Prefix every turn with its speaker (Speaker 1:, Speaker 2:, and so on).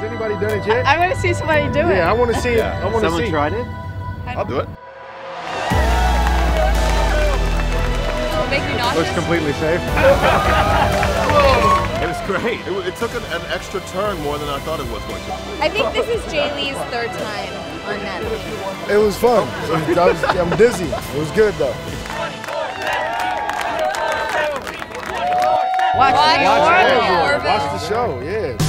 Speaker 1: it yet?
Speaker 2: I want to see somebody do it.
Speaker 1: yeah, I want to see it. I want to
Speaker 3: Someone
Speaker 1: see.
Speaker 3: tried it?
Speaker 2: I'll
Speaker 4: I'll do it.
Speaker 2: It'll make you nauseous.
Speaker 1: Looks completely safe.
Speaker 3: It was great.
Speaker 4: It, wa- it took an, an extra turn more than I thought it was going to.
Speaker 5: I think this is Jay Lee's third time on that thing.
Speaker 6: It was fun. I was, I'm dizzy. It was good though.
Speaker 2: Watch,
Speaker 5: Watch
Speaker 2: Orville.
Speaker 5: Orville.
Speaker 6: Watch the show, yeah.